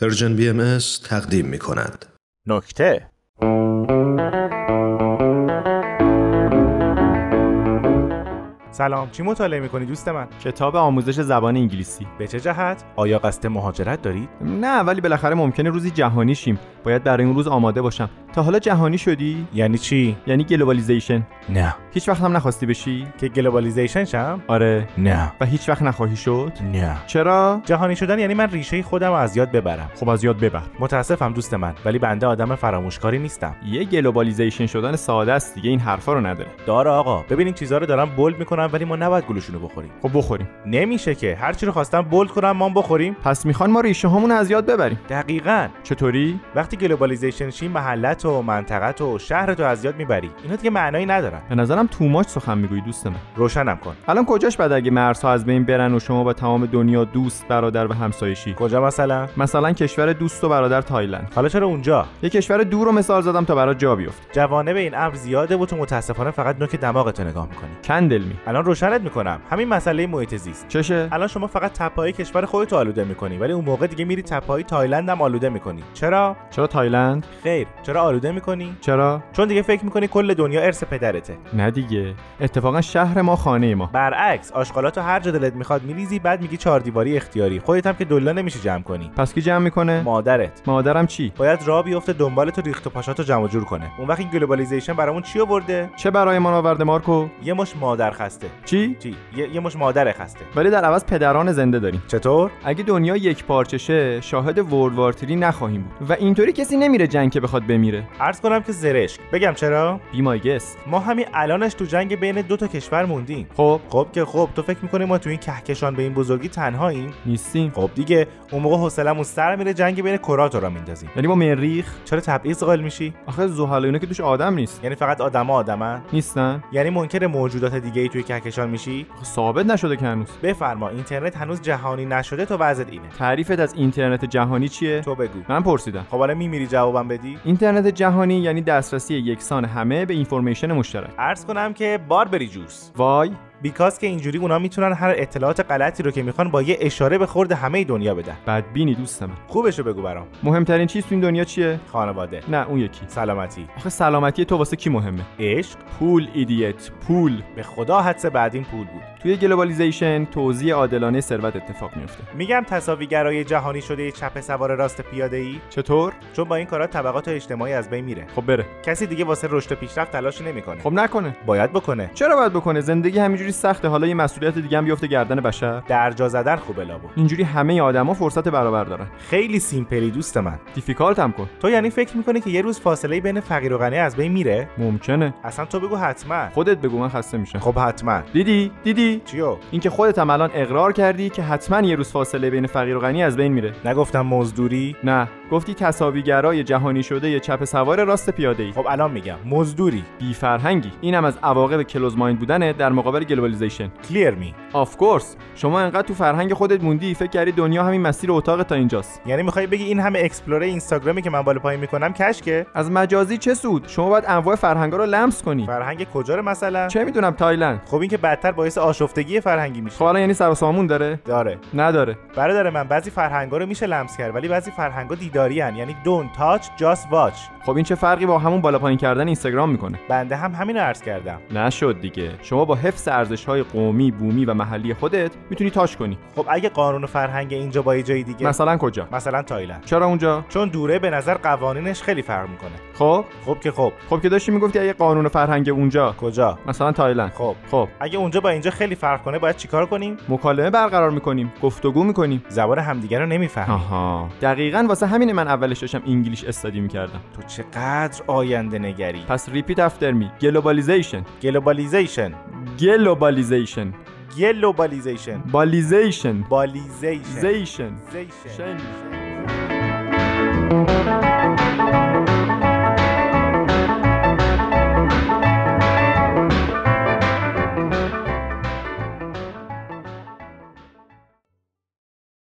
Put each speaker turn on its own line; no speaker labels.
پرژن بی ام از تقدیم می کند.
نکته
سلام چی مطالعه میکنی دوست من
کتاب آموزش زبان انگلیسی
به چه جهت آیا قصد مهاجرت دارید
نه ولی بالاخره ممکنه روزی جهانی شیم باید برای اون روز آماده باشم تا حالا جهانی شدی
یعنی چی
یعنی گلوبالیزیشن
نه
هیچ وقت هم نخواستی بشی
که گلوبالیزیشن شم
آره
نه
و هیچ وقت نخواهی شد
نه
چرا
جهانی شدن یعنی من ریشه خودم رو از یاد ببرم
خب از یاد ببر
متاسفم دوست من ولی بنده آدم فراموشکاری نیستم
یه گلوبالیزیشن شدن ساده است دیگه این حرفا رو نداره
دار آقا ببین این چیزها رو دارم بولد میکنم ولی ما نباید گلوشونو بخوریم
خب بخوریم
نمیشه که هر چی رو خواستم بولد کنم ما هم بخوریم
پس میخوان ما ریشه هامون رو از یاد ببریم
دقیقا
چطوری
وقتی گلوبالیزیشن شی محلت و منطقت و شهرت رو از یاد میبری اینا دیگه معنایی ندارن
به نظرم توماچ سخن میگویی دوست من
روشنم کن
الان کجاش بد اگه مرزها از بین برن و شما با تمام دنیا دوست برادر و همسایشی
کجا مثلا
مثلا کشور دوست و برادر تایلند
حالا چرا اونجا
یه کشور دور رو مثال زدم تا برات جا بیفته
جوانب این امر زیاده و تو متاسفانه فقط نوک دماغتو نگاه میکنی
کندل می
الان روشنت میکنم همین مسئله محیط زیست
چشه
الان شما فقط تپهای کشور خودتو آلوده میکنی ولی اون موقع دیگه میری تپهای تایلند هم آلوده میکنی چرا
چرا تایلند
خیر چرا آلوده میکنی
چرا
چون دیگه فکر میکنی کل دنیا ارث پدرته
نه دیگه اتفاقا شهر ما خانه ما
برعکس آشغالاتو هر جا دلت میخواد میریزی بعد میگی چهار دیواری اختیاری خودت هم که دلا نمیشه جمع کنی
پس کی جمع میکنه
مادرت
مادرم چی
باید راه بیفته دنبالتو ریخت و پاشاتو جمع و جور کنه اون وقت این گلوبالیزیشن برامون چی آورده
چه برای ما آورده مارکو
یه مش مادر خسته
چی
چی یه, یه مش مادر خسته
ولی در عوض پدران زنده داریم
چطور
اگه دنیا یک پارچه شه شاهد ورلد وار تری نخواهیم بود و اینطوری کسی نمیره جنگ که بخواد بمیره
عرض کنم که زرشک بگم چرا
بیمایگس
ما همین الانش تو جنگ بین دو تا کشور موندیم
خب
خب که خب تو فکر میکنی ما تو این کهکشان به این بزرگی تنهاییم
نیستیم
خب دیگه اون موقع حوصلمون سر میره جنگ بین کرات را میندازیم
یعنی با مریخ
چرا تبعیض قائل میشی
آخه زحل اینا که توش آدم نیست
یعنی فقط آدما آدمن
نیستن
یعنی منکر موجودات دیگه ای توی کهکشان میشی
آخه ثابت نشده که هنوز
بفرما اینترنت هنوز جهانی نشده تو وضعت اینه
تعریفت از اینترنت جهانی چیه
تو بگو
من پرسیدم
خب حالا میمیری جوابم بدی
اینترنت جهانی یعنی دسترسی یکسان همه به اینفورمیشن مشترک
عرض کنم که باربری جوس
وای
بیکاز که اینجوری اونا میتونن هر اطلاعات غلطی رو که میخوان با یه اشاره به خورد همه دنیا بدن
بدبینی دوست من
خوبشو بگو برام
مهمترین چیز تو این دنیا چیه
خانواده
نه اون یکی
سلامتی
آخه سلامتی تو واسه کی مهمه
عشق
پول ایدیت پول
به خدا حدس بعد این پول بود
توی گلوبالیزیشن توزیع عادلانه ثروت اتفاق میفته
میگم تصاویگرای جهانی شده چپ سوار راست پیاده ای
چطور
چون با این کارا طبقات اجتماعی از بین میره
خب بره
کسی دیگه واسه رشد و پیشرفت تلاشی نمیکنه
خب نکنه
باید بکنه
چرا باید بکنه زندگی همینجوری سخته حالا یه مسئولیت دیگه هم بیفته گردن بشر
درجا زدن خوبه لابو
اینجوری همه آدما فرصت برابر دارن
خیلی سیمپلی دوست من
دیفیکالت هم کن
تو یعنی فکر میکنی که یه روز فاصله بین فقیر و غنی از بین میره
ممکنه
اصلا تو بگو حتما
خودت بگو من خسته میشم
خب حتما
دیدی دیدی
چیو
اینکه خودت هم الان اقرار کردی که حتما یه روز فاصله بین فقیر و غنی از بین میره
نگفتم مزدوری
نه گفتی تصاویگرای جهانی شده یه چپ سوار راست پیاده ای
خب الان میگم مزدوری
بی فرهنگی اینم از عواقب کلوز مایند بودنه در مقابل گلوبالیزیشن
کلیر می
آف کورس شما انقدر تو فرهنگ خودت موندی فکر کردی دنیا همین مسیر اتاق تا اینجاست
یعنی میخوای بگی این همه اکسپلوره اینستاگرامی که من بالا پایین میکنم کشکه
از مجازی چه سود شما باید انواع فرهنگا رو لمس کنی
فرهنگ کجا رو مثلا
چه میدونم تایلند
خب این که بدتر باعث آشفتگی فرهنگی میشه
خب الان یعنی سر و سامون داره
داره
نداره
برادر من بعضی فرهنگا رو میشه لمس کرد ولی بعضی فرهنگا دیداری هن. یعنی دون تاچ جاست واچ
خب این چه فرقی با همون بالا پایین کردن اینستاگرام میکنه
بنده هم همین رو عرض کردم
نشد دیگه شما با حفظ ارزش های قومی بومی و محلی خودت میتونی تاش کنی
خب اگه قانون و فرهنگ اینجا با یه جای دیگه
مثلا کجا
مثلا تایلند
چرا اونجا
چون دوره به نظر قوانینش خیلی فرق میکنه
خب
خب که خب
خب که داشتی میگفتی اگه قانون و فرهنگ اونجا
کجا
مثلا تایلند
خب
خب
اگه اونجا با اینجا خیلی فرق کنه باید چیکار کنیم
مکالمه برقرار میکنیم گفتگو میکنیم
زبان همدیگه رو نمیفهمیم
آها دقیقا واسه همین من اولش داشتم انگلیش استادی میکردم
تو چقدر آینده نگری
پس ریپیت افتر می گلوبالیزیشن
گلوبالیزیشن
گلوبالیزیشن
گلوبالیزیشن
بالیزیشن
بالیزیشن
زیشن
زیشن
شن.